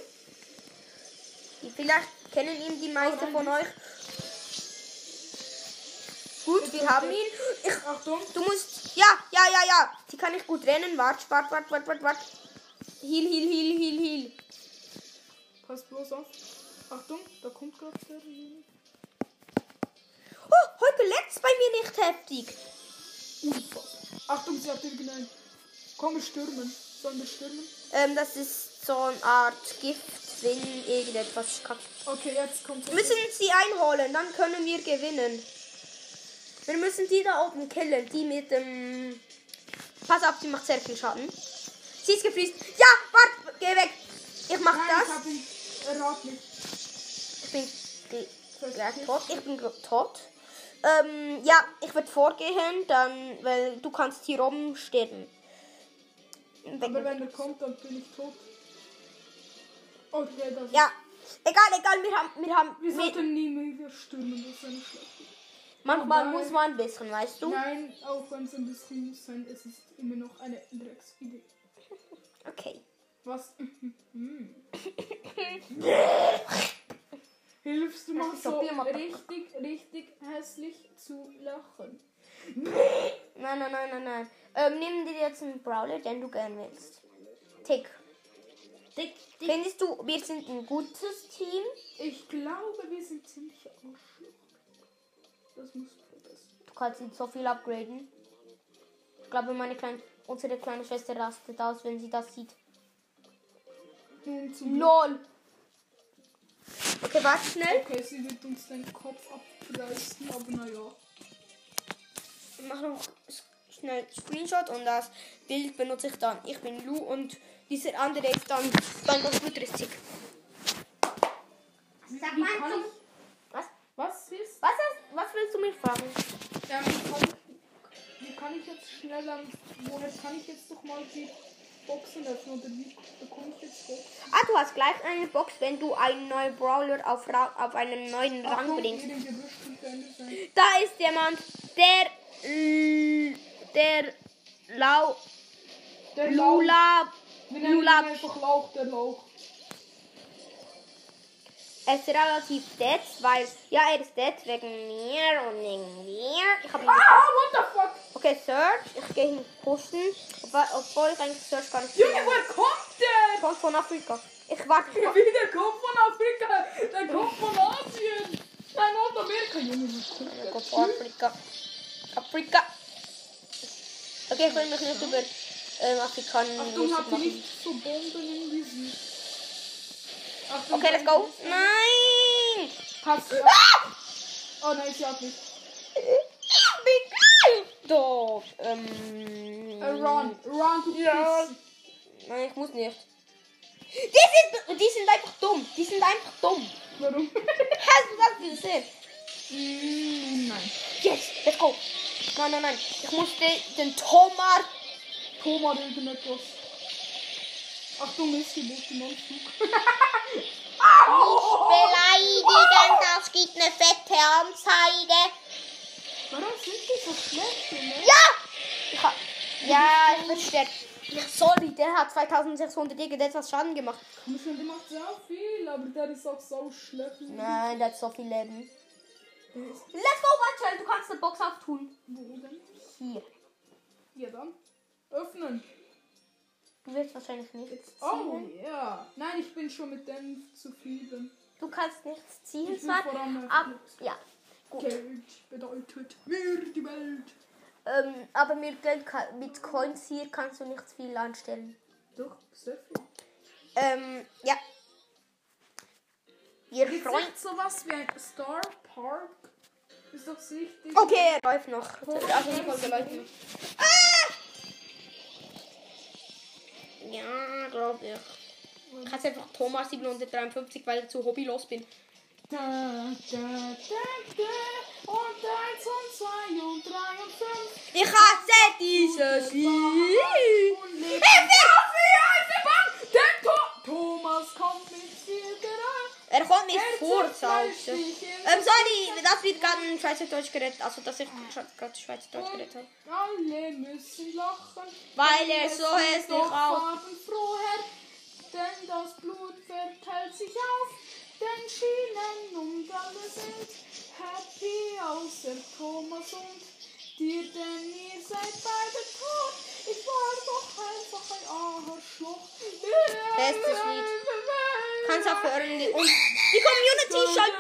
Speaker 1: Die- Vielleicht kennen ihn die meisten von euch. Gut, wir haben ihn. Ich
Speaker 2: Achtung.
Speaker 1: Du musst. Ja, ja, ja, ja. Die kann ich gut rennen. Wart, wart, wart, wart, wart, wart. Heal, heal, heal, heal, heal.
Speaker 2: Pass bloß auf. Achtung, da kommt gerade der.
Speaker 1: Oh, heute leckt's bei mir nicht heftig.
Speaker 2: Achtung, sie hat den geneigt. Komm, wir stürmen. Sollen wir stürmen?
Speaker 1: Ähm, das ist so eine Art Gift, wenn irgendetwas kaputt.
Speaker 2: Okay, jetzt kommt
Speaker 1: Wir müssen sie einholen, dann können wir gewinnen. Wir müssen die da oben killen, die mit dem. Pass auf, die macht sehr viel Schaden. Sie ist gefriest. Ja, warte, geh weg. Ich mach
Speaker 2: Nein, ich
Speaker 1: das.
Speaker 2: hab ihn erraten.
Speaker 1: Ich bin ge- gleich tot. Ich bin gro- tot. Ähm, ja, ich werde vorgehen, dann, weil du kannst hier oben sterben.
Speaker 2: Aber
Speaker 1: Weg.
Speaker 2: wenn er kommt, dann bin ich tot. Okay, das
Speaker 1: Ja, egal, egal, wir haben, wir haben,
Speaker 2: Wir
Speaker 1: wir,
Speaker 2: sollten nie mehr stürmen, das ist eine schlechte Idee.
Speaker 1: manchmal
Speaker 2: Nein.
Speaker 1: muss man ein bisschen, weißt du?
Speaker 2: Nein, auch wenn es ein bisschen muss sein, es ist immer noch eine Drecksidee.
Speaker 1: Okay.
Speaker 2: Was? Hilfst du mal
Speaker 1: Ich
Speaker 2: so
Speaker 1: probier mal.
Speaker 2: richtig, richtig hässlich zu lachen?
Speaker 1: Nein, nein, nein, nein, nein. Ähm, nimm dir jetzt einen Brawler, den du gern willst. Tick. Tick, Tick. Findest du, wir sind ein gutes Team?
Speaker 2: Ich glaube, wir sind ziemlich ausschlug. Das muss verbessern.
Speaker 1: Du kannst ihn so viel upgraden. Ich glaube, meine kleine, unsere kleine Schwester rastet aus, wenn sie das sieht.
Speaker 2: Nun zum
Speaker 1: LOL. Okay, warte schnell.
Speaker 2: Okay, sie wird uns den Kopf abreißen, aber naja.
Speaker 1: Ich mache noch s- schnell Screenshot und das Bild benutze ich dann. Ich bin Lou und dieser andere ist dann mein Computer ist Tick. Sag
Speaker 2: Wie
Speaker 1: mal
Speaker 2: kann
Speaker 1: zum-
Speaker 2: ich-
Speaker 1: Was?
Speaker 2: Was ist?
Speaker 1: Was, hast, was willst du mich fragen?
Speaker 2: Ja, wie, kann ich, wie kann ich jetzt schnell an. Woher kann ich jetzt doch mal die Boxen öffnen? Oder wie bekomme ich jetzt Boxen?
Speaker 1: Ah, du hast gleich eine Box, wenn du einen neuen Brawler auf, Ra auf einen neuen Rang
Speaker 2: Achtung,
Speaker 1: bringst.
Speaker 2: ihrem Gerüst könnte Ende sein.
Speaker 1: Da ist jemand, der. l- der. Lau.
Speaker 2: Der Lauch.
Speaker 1: Lula.
Speaker 2: Wir nennen ihn
Speaker 1: Lula-
Speaker 2: einfach Lauch, der Lauch.
Speaker 1: Er ist relativ dead, weil. Ja, er ist dead wegen mir und wegen mir. Ich hab ihn.
Speaker 2: Ah, what the fuck?
Speaker 1: Okay, Search. Ich gehe ihn pushen. Obwohl, obwohl ich eigentlich Search gar nicht.
Speaker 2: Junge, woher kommt der?
Speaker 1: Kommt von Afrika. Ich warte. Ich
Speaker 2: Wie, der kommt von Afrika. Der kommt von Asien. Nein, Nordamerika. Junge, was kommt der?
Speaker 1: Gott, Afrika. Afrika. Okay, ich will mich nicht über ähm, Afrikaner
Speaker 2: Achtung,
Speaker 1: lustig
Speaker 2: hab die
Speaker 1: machen.
Speaker 2: nicht so Bomben im Visier. Achtung,
Speaker 1: Okay, let's go. Nein!
Speaker 2: Pass.
Speaker 1: Ah!
Speaker 2: Oh nein, sie hat nicht.
Speaker 1: Doch, ähm.
Speaker 2: Äh, Run, run to
Speaker 1: Ja.
Speaker 2: the piss.
Speaker 1: Nein, ich muss nicht. Die sind, die sind einfach dumm. Die sind einfach dumm.
Speaker 2: Warum?
Speaker 1: Hast du das gesehen?
Speaker 2: Nein.
Speaker 1: Yes, let's go. Nein, nein, nein. Ich musste den Tomar.
Speaker 2: Thomas irgendetwas. Achtung, ist Geburt im Anzug. Oh,
Speaker 1: Beleidigen, das gibt eine fette Anzeige.
Speaker 2: Warum sind die so schlecht, ne? Junge?
Speaker 1: Ja! Ich hab, ja, ich bin stärker. Ja, sorry, der hat 2600 irgendetwas Schaden gemacht.
Speaker 2: Komm schon, der macht sehr viel, aber der ist auch so schlecht.
Speaker 1: Nein, der hat so viel Leben.
Speaker 2: Der ist-
Speaker 1: Let's go, Watcher, du kannst eine Box auftun.
Speaker 2: Wo denn?
Speaker 1: Hier.
Speaker 2: Ja, dann. Öffnen.
Speaker 1: Du wirst wahrscheinlich nichts
Speaker 2: Oh,
Speaker 1: ziehen.
Speaker 2: ja. Nein, ich bin schon mit dem zufrieden.
Speaker 1: Du kannst nichts ziehen,
Speaker 2: Ich bin
Speaker 1: zwar.
Speaker 2: vor allem-
Speaker 1: Ab, ja. Gut.
Speaker 2: Geld bedeutet mir die Welt.
Speaker 1: Ähm, aber mit Geld, ka- mit Coins hier kannst du nicht viel anstellen.
Speaker 2: Doch, sehr viel.
Speaker 1: Ähm, ja. Ihr
Speaker 2: Gibt es
Speaker 1: Freund.
Speaker 2: nicht sowas wie ein Star Park? Ist doch richtig.
Speaker 1: Okay, er läuft noch. Ah!
Speaker 2: Also, ich wollte leiten.
Speaker 1: Ja, glaube ich. Ich heiße einfach Thomas 753, weil ich zu hobbylos bin.
Speaker 2: Da, da, da, da. Und eins und zwei und drei und fünf.
Speaker 1: Ich hasse dieses Lied.
Speaker 2: Und lebt auf die Eisenbahn. Der Tho- Thomas kommt mit viel Gerät.
Speaker 1: Er kommt mir
Speaker 2: Er
Speaker 1: vor,
Speaker 2: zerfleischt
Speaker 1: Alter.
Speaker 2: mich in-
Speaker 1: Ähm, sorry, das wird gerade in Schweizerdeutsch geredet. Also, dass ich scha- gerade Schweizerdeutsch geredet habe.
Speaker 2: Und alle müssen lachen.
Speaker 1: Weil er so hässlich auf.
Speaker 2: farbenfroh, Herr, denn das Blut verteilt sich auf den Schienen und alle sind happy, außer Thomas und dir, denn ihr seid beide tot. Ich war doch einfach ein Arschloch.
Speaker 1: Bestes Lied. Kannst aufhören. Die, und die Community schaut.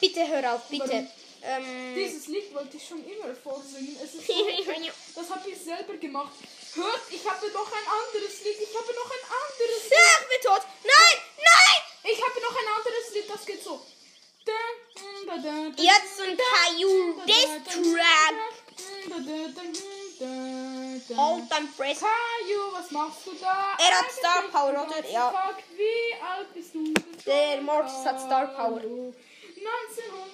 Speaker 1: Bitte hör auf, bitte. Ähm.
Speaker 2: Dieses Lied wollte ich schon immer vorsingen. Es ist so das habe ich selber gemacht. Hört, ich habe noch ein anderes Lied. Ich habe noch ein anderes
Speaker 1: Ja, ich bin tot. Nein, nein!
Speaker 2: Ich habe noch ein anderes Lied, das geht so. Da, da, da, da,
Speaker 1: Jetzt ein Caillou
Speaker 2: da, da,
Speaker 1: Distrack.
Speaker 2: da, da, da, da, da.
Speaker 1: Hold on, press.
Speaker 2: Caillou, was machst du da?
Speaker 1: Er hat Star
Speaker 2: Eigentlich
Speaker 1: Power,
Speaker 2: den
Speaker 1: oder?
Speaker 2: ganzen
Speaker 1: Ja.
Speaker 2: Tag. Wie alt bist du? denn
Speaker 1: Der
Speaker 2: schon?
Speaker 1: Mortis hat Star Power.
Speaker 2: Hallo.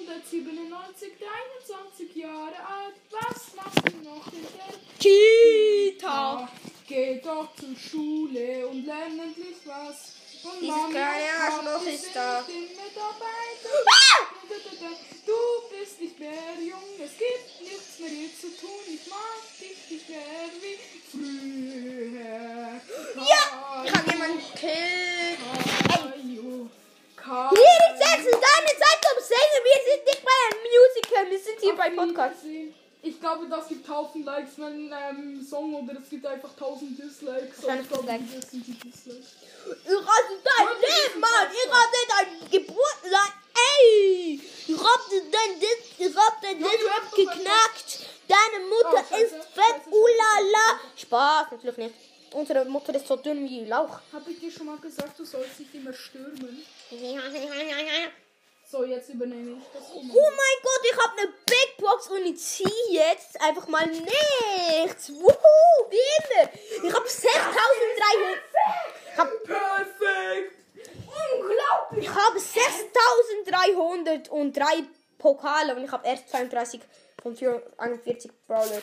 Speaker 2: 1997, 23 Jahre alt. Was machst du noch in der
Speaker 1: Kita.
Speaker 2: Ach, geh doch zur Schule und lern endlich was. Und
Speaker 1: Dieses
Speaker 2: Mama und
Speaker 1: kleine
Speaker 2: Papi
Speaker 1: Arschloch ist
Speaker 2: sind
Speaker 1: da.
Speaker 2: nicht mehr dabei.
Speaker 1: Ah!
Speaker 2: Du bist nicht mehr jung, es gibt nichts mehr hier zu tun. Ich mag dich nicht mehr wie früher.
Speaker 1: Ja, ich habe jemanden killen.
Speaker 2: Caillou, Caillou.
Speaker 1: Jede Sätze, deine Zeit zum Singen. Wir sind nicht bei einem Musical, wir sind hier bei Podcast.
Speaker 2: Wiedersehen. Ich glaube, das gibt 1000 Likes, wenn ähm, Song oder es gibt einfach 1000 Dislikes. Und
Speaker 1: Wahrscheinlich
Speaker 2: ich glaube,
Speaker 1: Dislikes.
Speaker 2: das sind die Dislikes.
Speaker 1: Ich hasse dein Leben, Mann. Ich hasse dein Geburtstag. Ey, ich hab dein Disk, ich hab dein
Speaker 2: Ja, du hast
Speaker 1: Disk
Speaker 2: doch
Speaker 1: geknackt. Deine Mutter
Speaker 2: Oh, scheiße.
Speaker 1: ist fett,
Speaker 2: Scheiße,
Speaker 1: ulala. Spaß, natürlich nicht. Unsere Mutter ist so dünn wie Lauch.
Speaker 2: Hab ich dir schon mal gesagt, du sollst nicht immer stürmen? So, jetzt übernehme ich das.
Speaker 1: Oh mein Gott, ich habe eine Big Box und ich ziehe jetzt einfach mal nichts. Wuhu, wie immer. Ich habe 6300. Ich habe
Speaker 2: Perfekt!
Speaker 1: Unglaublich! Ich habe 6303 Pokale und ich habe erst 32 von 41 Brawler.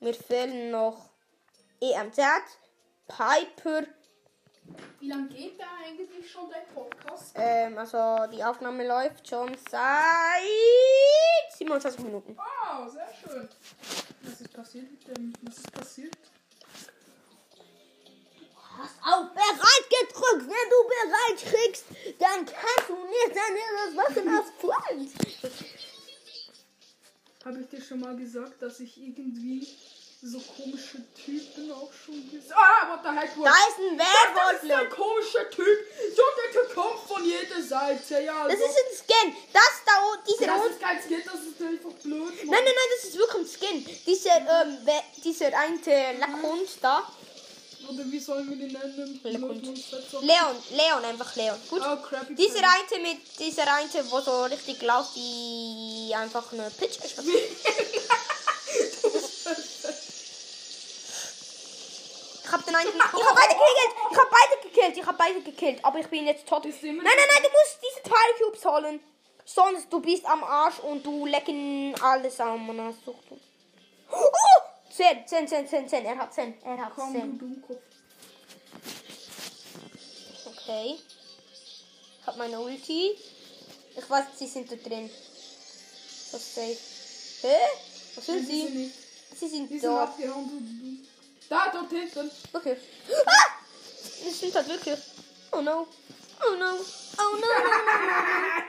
Speaker 1: Mir fehlen noch EMZ, Piper,
Speaker 2: Wie lange geht da eigentlich schon dein Podcast?
Speaker 1: ähm, also die Aufnahme läuft schon seit 27 Minuten.
Speaker 2: Ah, sehr schön. Was ist passiert mit dem? Was ist passiert?
Speaker 1: Hast auf bereit gedrückt, wenn du bereit kriegst, dann kannst du nicht dann ist das Wasser das Pflanz.
Speaker 2: Habe ich dir schon mal gesagt, dass ich irgendwie so komische Typen auch schon gesehen Ah, what the heck?
Speaker 1: Da ist ein
Speaker 2: das ist
Speaker 1: Werwolf.
Speaker 2: ein komischer Typ. So, der kommt von jeder Seite. Ja,
Speaker 1: Das
Speaker 2: also.
Speaker 1: ist ein Scan. Das da unten, dieser
Speaker 2: das
Speaker 1: Hund
Speaker 2: ist kein Skit, das ist einfach blöd. Mann.
Speaker 1: Nein, nein, nein, das ist wirklich ein Skin. Dieser, ähm, wer- dieser eine Lackhund da.
Speaker 2: Oder wie sollen wir den nennen?
Speaker 1: Leon.
Speaker 2: Blöd,
Speaker 1: Leon, Leon, einfach Leon. Gut.
Speaker 2: Oh, crap. ich
Speaker 1: Dieser
Speaker 2: kann-
Speaker 1: eine mit, dieser eine, wo so richtig läuft, die einfach eine Pitch ist. Ich hab den einen, ich hab beide gekillt, ich hab beide gekillt, ich hab beide gekillt, aber ich bin jetzt tot. Nein,
Speaker 2: Bist du
Speaker 1: nein,
Speaker 2: immer
Speaker 1: nein, du musst diese Tile Cubes holen. Sonst du bist am Arsch und du lecken alles am Mann. Oh! 10, 10, 10, 10, 10, er hat 10, er hat
Speaker 2: Komm,
Speaker 1: 10.
Speaker 2: du Dummkopf.
Speaker 1: Okay. Ich hab meine Ulti. Ich weiß, sie sind da drin. Das ist safe. Hä? Was sind
Speaker 2: Die sind
Speaker 1: sie?
Speaker 2: nicht-
Speaker 1: Sie
Speaker 2: Die
Speaker 1: sind
Speaker 2: sind
Speaker 1: da.
Speaker 2: abgehauen, du- du. Da, dort hinten.
Speaker 1: Wirklich. Ah! Sie sind halt wirklich. Oh no. Oh no. Oh no.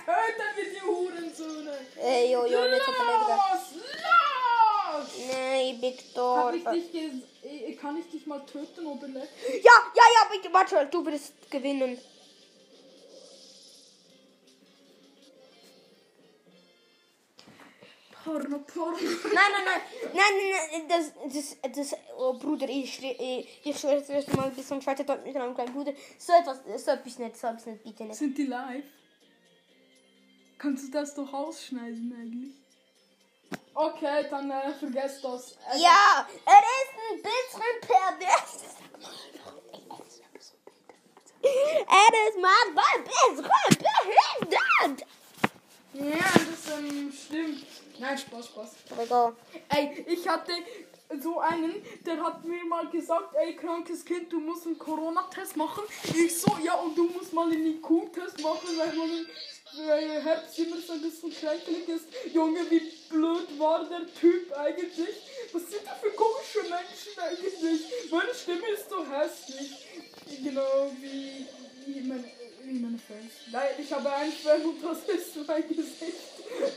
Speaker 2: Töten wir die Hurensöhne.
Speaker 1: Ey, jo, jo, nicht so beleidigen.
Speaker 2: Los, los!
Speaker 1: Nein, Victor.
Speaker 2: Hab ich dich ges äh, Kann ich dich mal töten oder nicht?
Speaker 1: Ja, ja, ja, bitte, warte, du wirst gewinnen.
Speaker 2: Porno, Porno.
Speaker 1: Nein, nein, nein, nein, nein, nein, das, das, das, oh Bruder, ich, schwö- ich, ich schwöre das erste Mal, bis zum zweiten Tag mit meinem kleinen Bruder. So etwas, so etwas nicht, so etwas nicht, bitte nicht.
Speaker 2: Sind die live? Kannst du das doch ausschneiden eigentlich? Okay, dann äh, vergesst das. Äh,
Speaker 1: Ja, er ist ein bisschen pervers. Er ist manchmal ein bisschen behindert.
Speaker 2: Ja, das ähm, stimmt. Nein, Spaß, Spaß.
Speaker 1: Digga.
Speaker 2: Ey, ich hatte so einen, der hat mir mal gesagt, ey, krankes Kind, du musst einen Corona-Test machen. Ich so, ja, und du musst mal einen IQ-Test machen, weil mein weil Herz immer so ein bisschen kränkelig ist. Junge, wie blöd war der Typ eigentlich? Was sind da für komische Menschen eigentlich? Meine Stimme ist so hässlich. Genau wie, wie, meine, wie meine Fans. Nein, ich habe einen Fan und das ist mein Gesicht.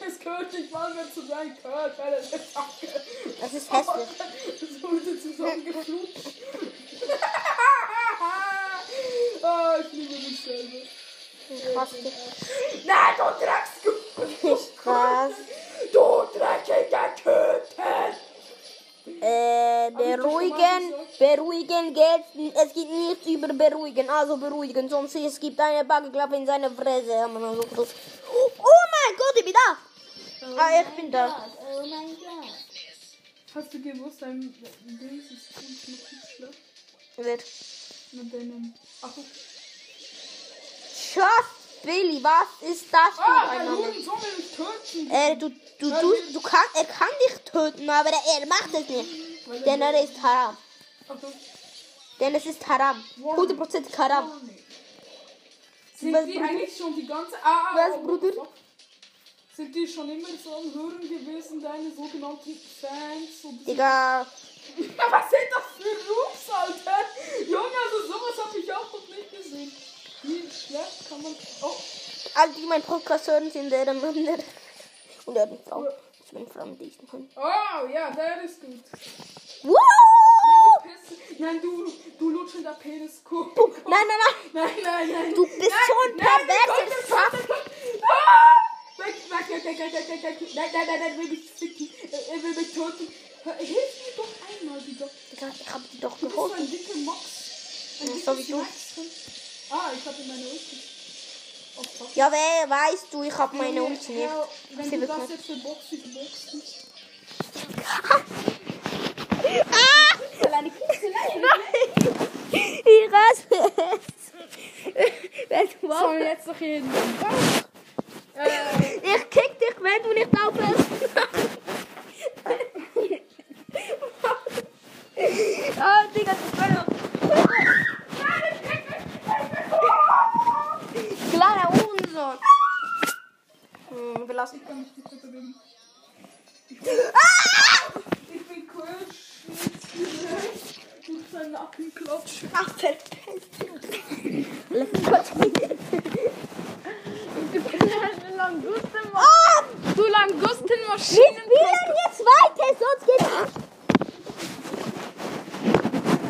Speaker 2: Es gehört nicht mal mehr zu seinem Körper, das ist Kacke.
Speaker 1: Das ist hässlich.
Speaker 2: Es wurde zusammengeflutscht. ah, ich liebe mich ne? selber. Na, du Drecksgefühl!
Speaker 1: Was?
Speaker 2: Du dreckiger Töten!
Speaker 1: Äh, beruhigen, beruhigen geht. Es geht nichts über beruhigen, also beruhigen. Sonst es gibt eine Backklappe in seine Fresse. Ja, Mann, also groß. Oh mein Gott, ich bin da. Ah, ich bin da.
Speaker 3: Oh mein Gott.
Speaker 2: Hast du gewusst, dein Dings ist uns noch nicht schlecht?
Speaker 1: Wer?
Speaker 2: Mit deinem. Ach,
Speaker 1: Schaff, Billy, was ist das für
Speaker 2: ah,
Speaker 1: ein
Speaker 2: dein
Speaker 1: Name?
Speaker 2: Hurensohn will mich töten!
Speaker 1: Er, du, du, du, du kann, er kann dich töten, aber er macht es nicht. Denn er ist haram.
Speaker 2: Achtung.
Speaker 1: Denn es ist haram. 100% haram.
Speaker 2: Sind
Speaker 1: Was,
Speaker 2: die
Speaker 1: Bruder?
Speaker 2: eigentlich schon die ganze. Ah, ah,
Speaker 1: Was,
Speaker 2: oh,
Speaker 1: Bruder?
Speaker 2: oh, oh. Sind die schon immer so am Hören gewesen, deine sogenannten Fans? Und
Speaker 1: Digga.
Speaker 2: Ja, was sind das für Loops, Alter? Junge, also sowas hab ich auch noch nicht gesehen. Wie schlecht kann man. Oh,
Speaker 1: Alle, die meinen Podcast hören, sind der Mann. der- Und er eine Frau. Ich bin Frau mit diesem Hund.
Speaker 2: oh ja, der ist gut.
Speaker 1: Wow!
Speaker 2: Nein, du, Pisse. nein, du, du lutschender Penis, guck.
Speaker 1: Nein, nein, nein.
Speaker 2: Nein, nein, nein.
Speaker 1: Du bist so ein perverses Fass.
Speaker 2: Ah! Weg, weg, weg, weg, weg, weg, weg, weg. Nein, nein, nein, nein, will mich ficken. Er er will mich töten. Hör, Hilf mir doch einmal wieder.
Speaker 1: Digga, ich hab die doch
Speaker 2: Du bist so
Speaker 1: geholt.
Speaker 2: ein dicker Mox. Ein
Speaker 1: Ja,
Speaker 2: dickes
Speaker 1: so wie du.
Speaker 2: Max. Ah, ich hab in meine Ulti. Oh, fuck.
Speaker 1: Ja, wer weißt du, ich hab meine
Speaker 2: Junge,
Speaker 1: Ulti nicht.
Speaker 2: Herr,
Speaker 1: Sie
Speaker 2: Wenn du
Speaker 1: wird
Speaker 2: das
Speaker 1: nicht.
Speaker 2: jetzt für Boxen boxst.
Speaker 1: Ah! Nein! Ich hasse es. Wenn du
Speaker 2: Sollen wir jetzt noch hin? Eh,
Speaker 1: Ich kick dich, wenn du nicht aufhörst. Ah, Digga, das war noch. Kleiner Hurensohn. Hm, wir lassen.
Speaker 2: Ich kann mich nicht bewegen.
Speaker 1: Ah!
Speaker 2: Ich bin kurz. Du seinen Nacken klatsch.
Speaker 1: Ach, verpiss dich.
Speaker 2: Du kannst eine Langusten machen.
Speaker 1: Ah!
Speaker 2: Du
Speaker 1: Wir
Speaker 2: Langustenmaschine.
Speaker 1: spielen jetzt weiter, sonst geht's ab.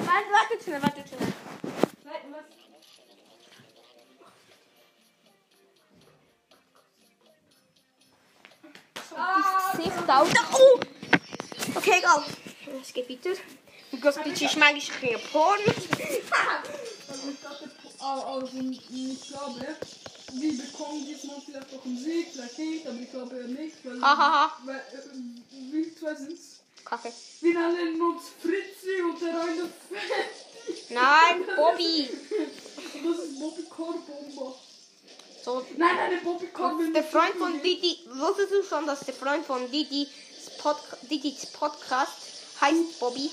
Speaker 1: Warte, warte schnell, warte schnell. Gesicht auf. Oh! Okay, go. Es geht weiter. Du gehst bitte schmeiß ich hier Porn.
Speaker 2: Also ich dachte, ah, also ich glaube, wir bekommen diesmal vielleicht noch einen Sieg, vielleicht nicht, aber ich glaube eher nicht, weil,
Speaker 1: Hahaha.
Speaker 2: weil äh, wir zwei sind's.
Speaker 1: Kacke.
Speaker 2: Wir nennen uns Fritzi und der eine Fett.
Speaker 1: Nein, Bobby.
Speaker 2: Das ist Bobby Korbomber.
Speaker 1: So,
Speaker 2: Nein, nein, der Bobby Korb will
Speaker 1: der
Speaker 2: nicht
Speaker 1: Freund von
Speaker 2: gehen.
Speaker 1: Didi, wusstest du schon, dass der Freund von Didis, Podca Didis Podcast heißt Bobby?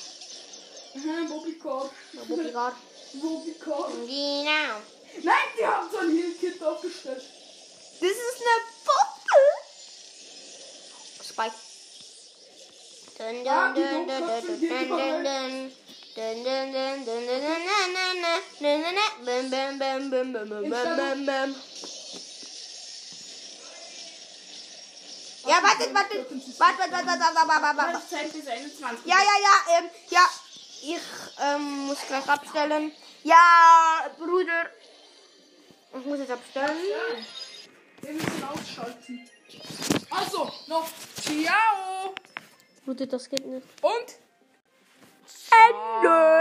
Speaker 2: Hä, Bobby Korb.
Speaker 1: Ja, Bobby war.
Speaker 2: Bobby Korb.
Speaker 1: Genau.
Speaker 2: Nein, die haben so ein Heal-Kit aufgestellt.
Speaker 1: Das ist eine Puppe. Spike. Dun,
Speaker 2: Ah,
Speaker 1: dun,
Speaker 2: die
Speaker 1: dun, dun,
Speaker 2: Dummköpfe
Speaker 1: dun,
Speaker 2: gehen
Speaker 1: dun, dun, dun. Dun, dun, dun, dun, dun, dun, dun, dun, dun, dun, dun. Bum, bum, bum, bum, bum, bum,
Speaker 2: Jetzt
Speaker 1: bum, bum. Ja, wartet, wartet. Warte, warte, warte, warte, warte, warte, warte.
Speaker 2: Zeit bis 21.
Speaker 1: Ja, ja, ja, ähm, ja. Ich ähm, muss gleich abstellen. Ja, Bruder. Ich muss jetzt abstellen.
Speaker 2: Wir müssen ausschalten. Also, noch Ciao
Speaker 1: Bruder, das geht nicht.
Speaker 2: und
Speaker 1: Ende.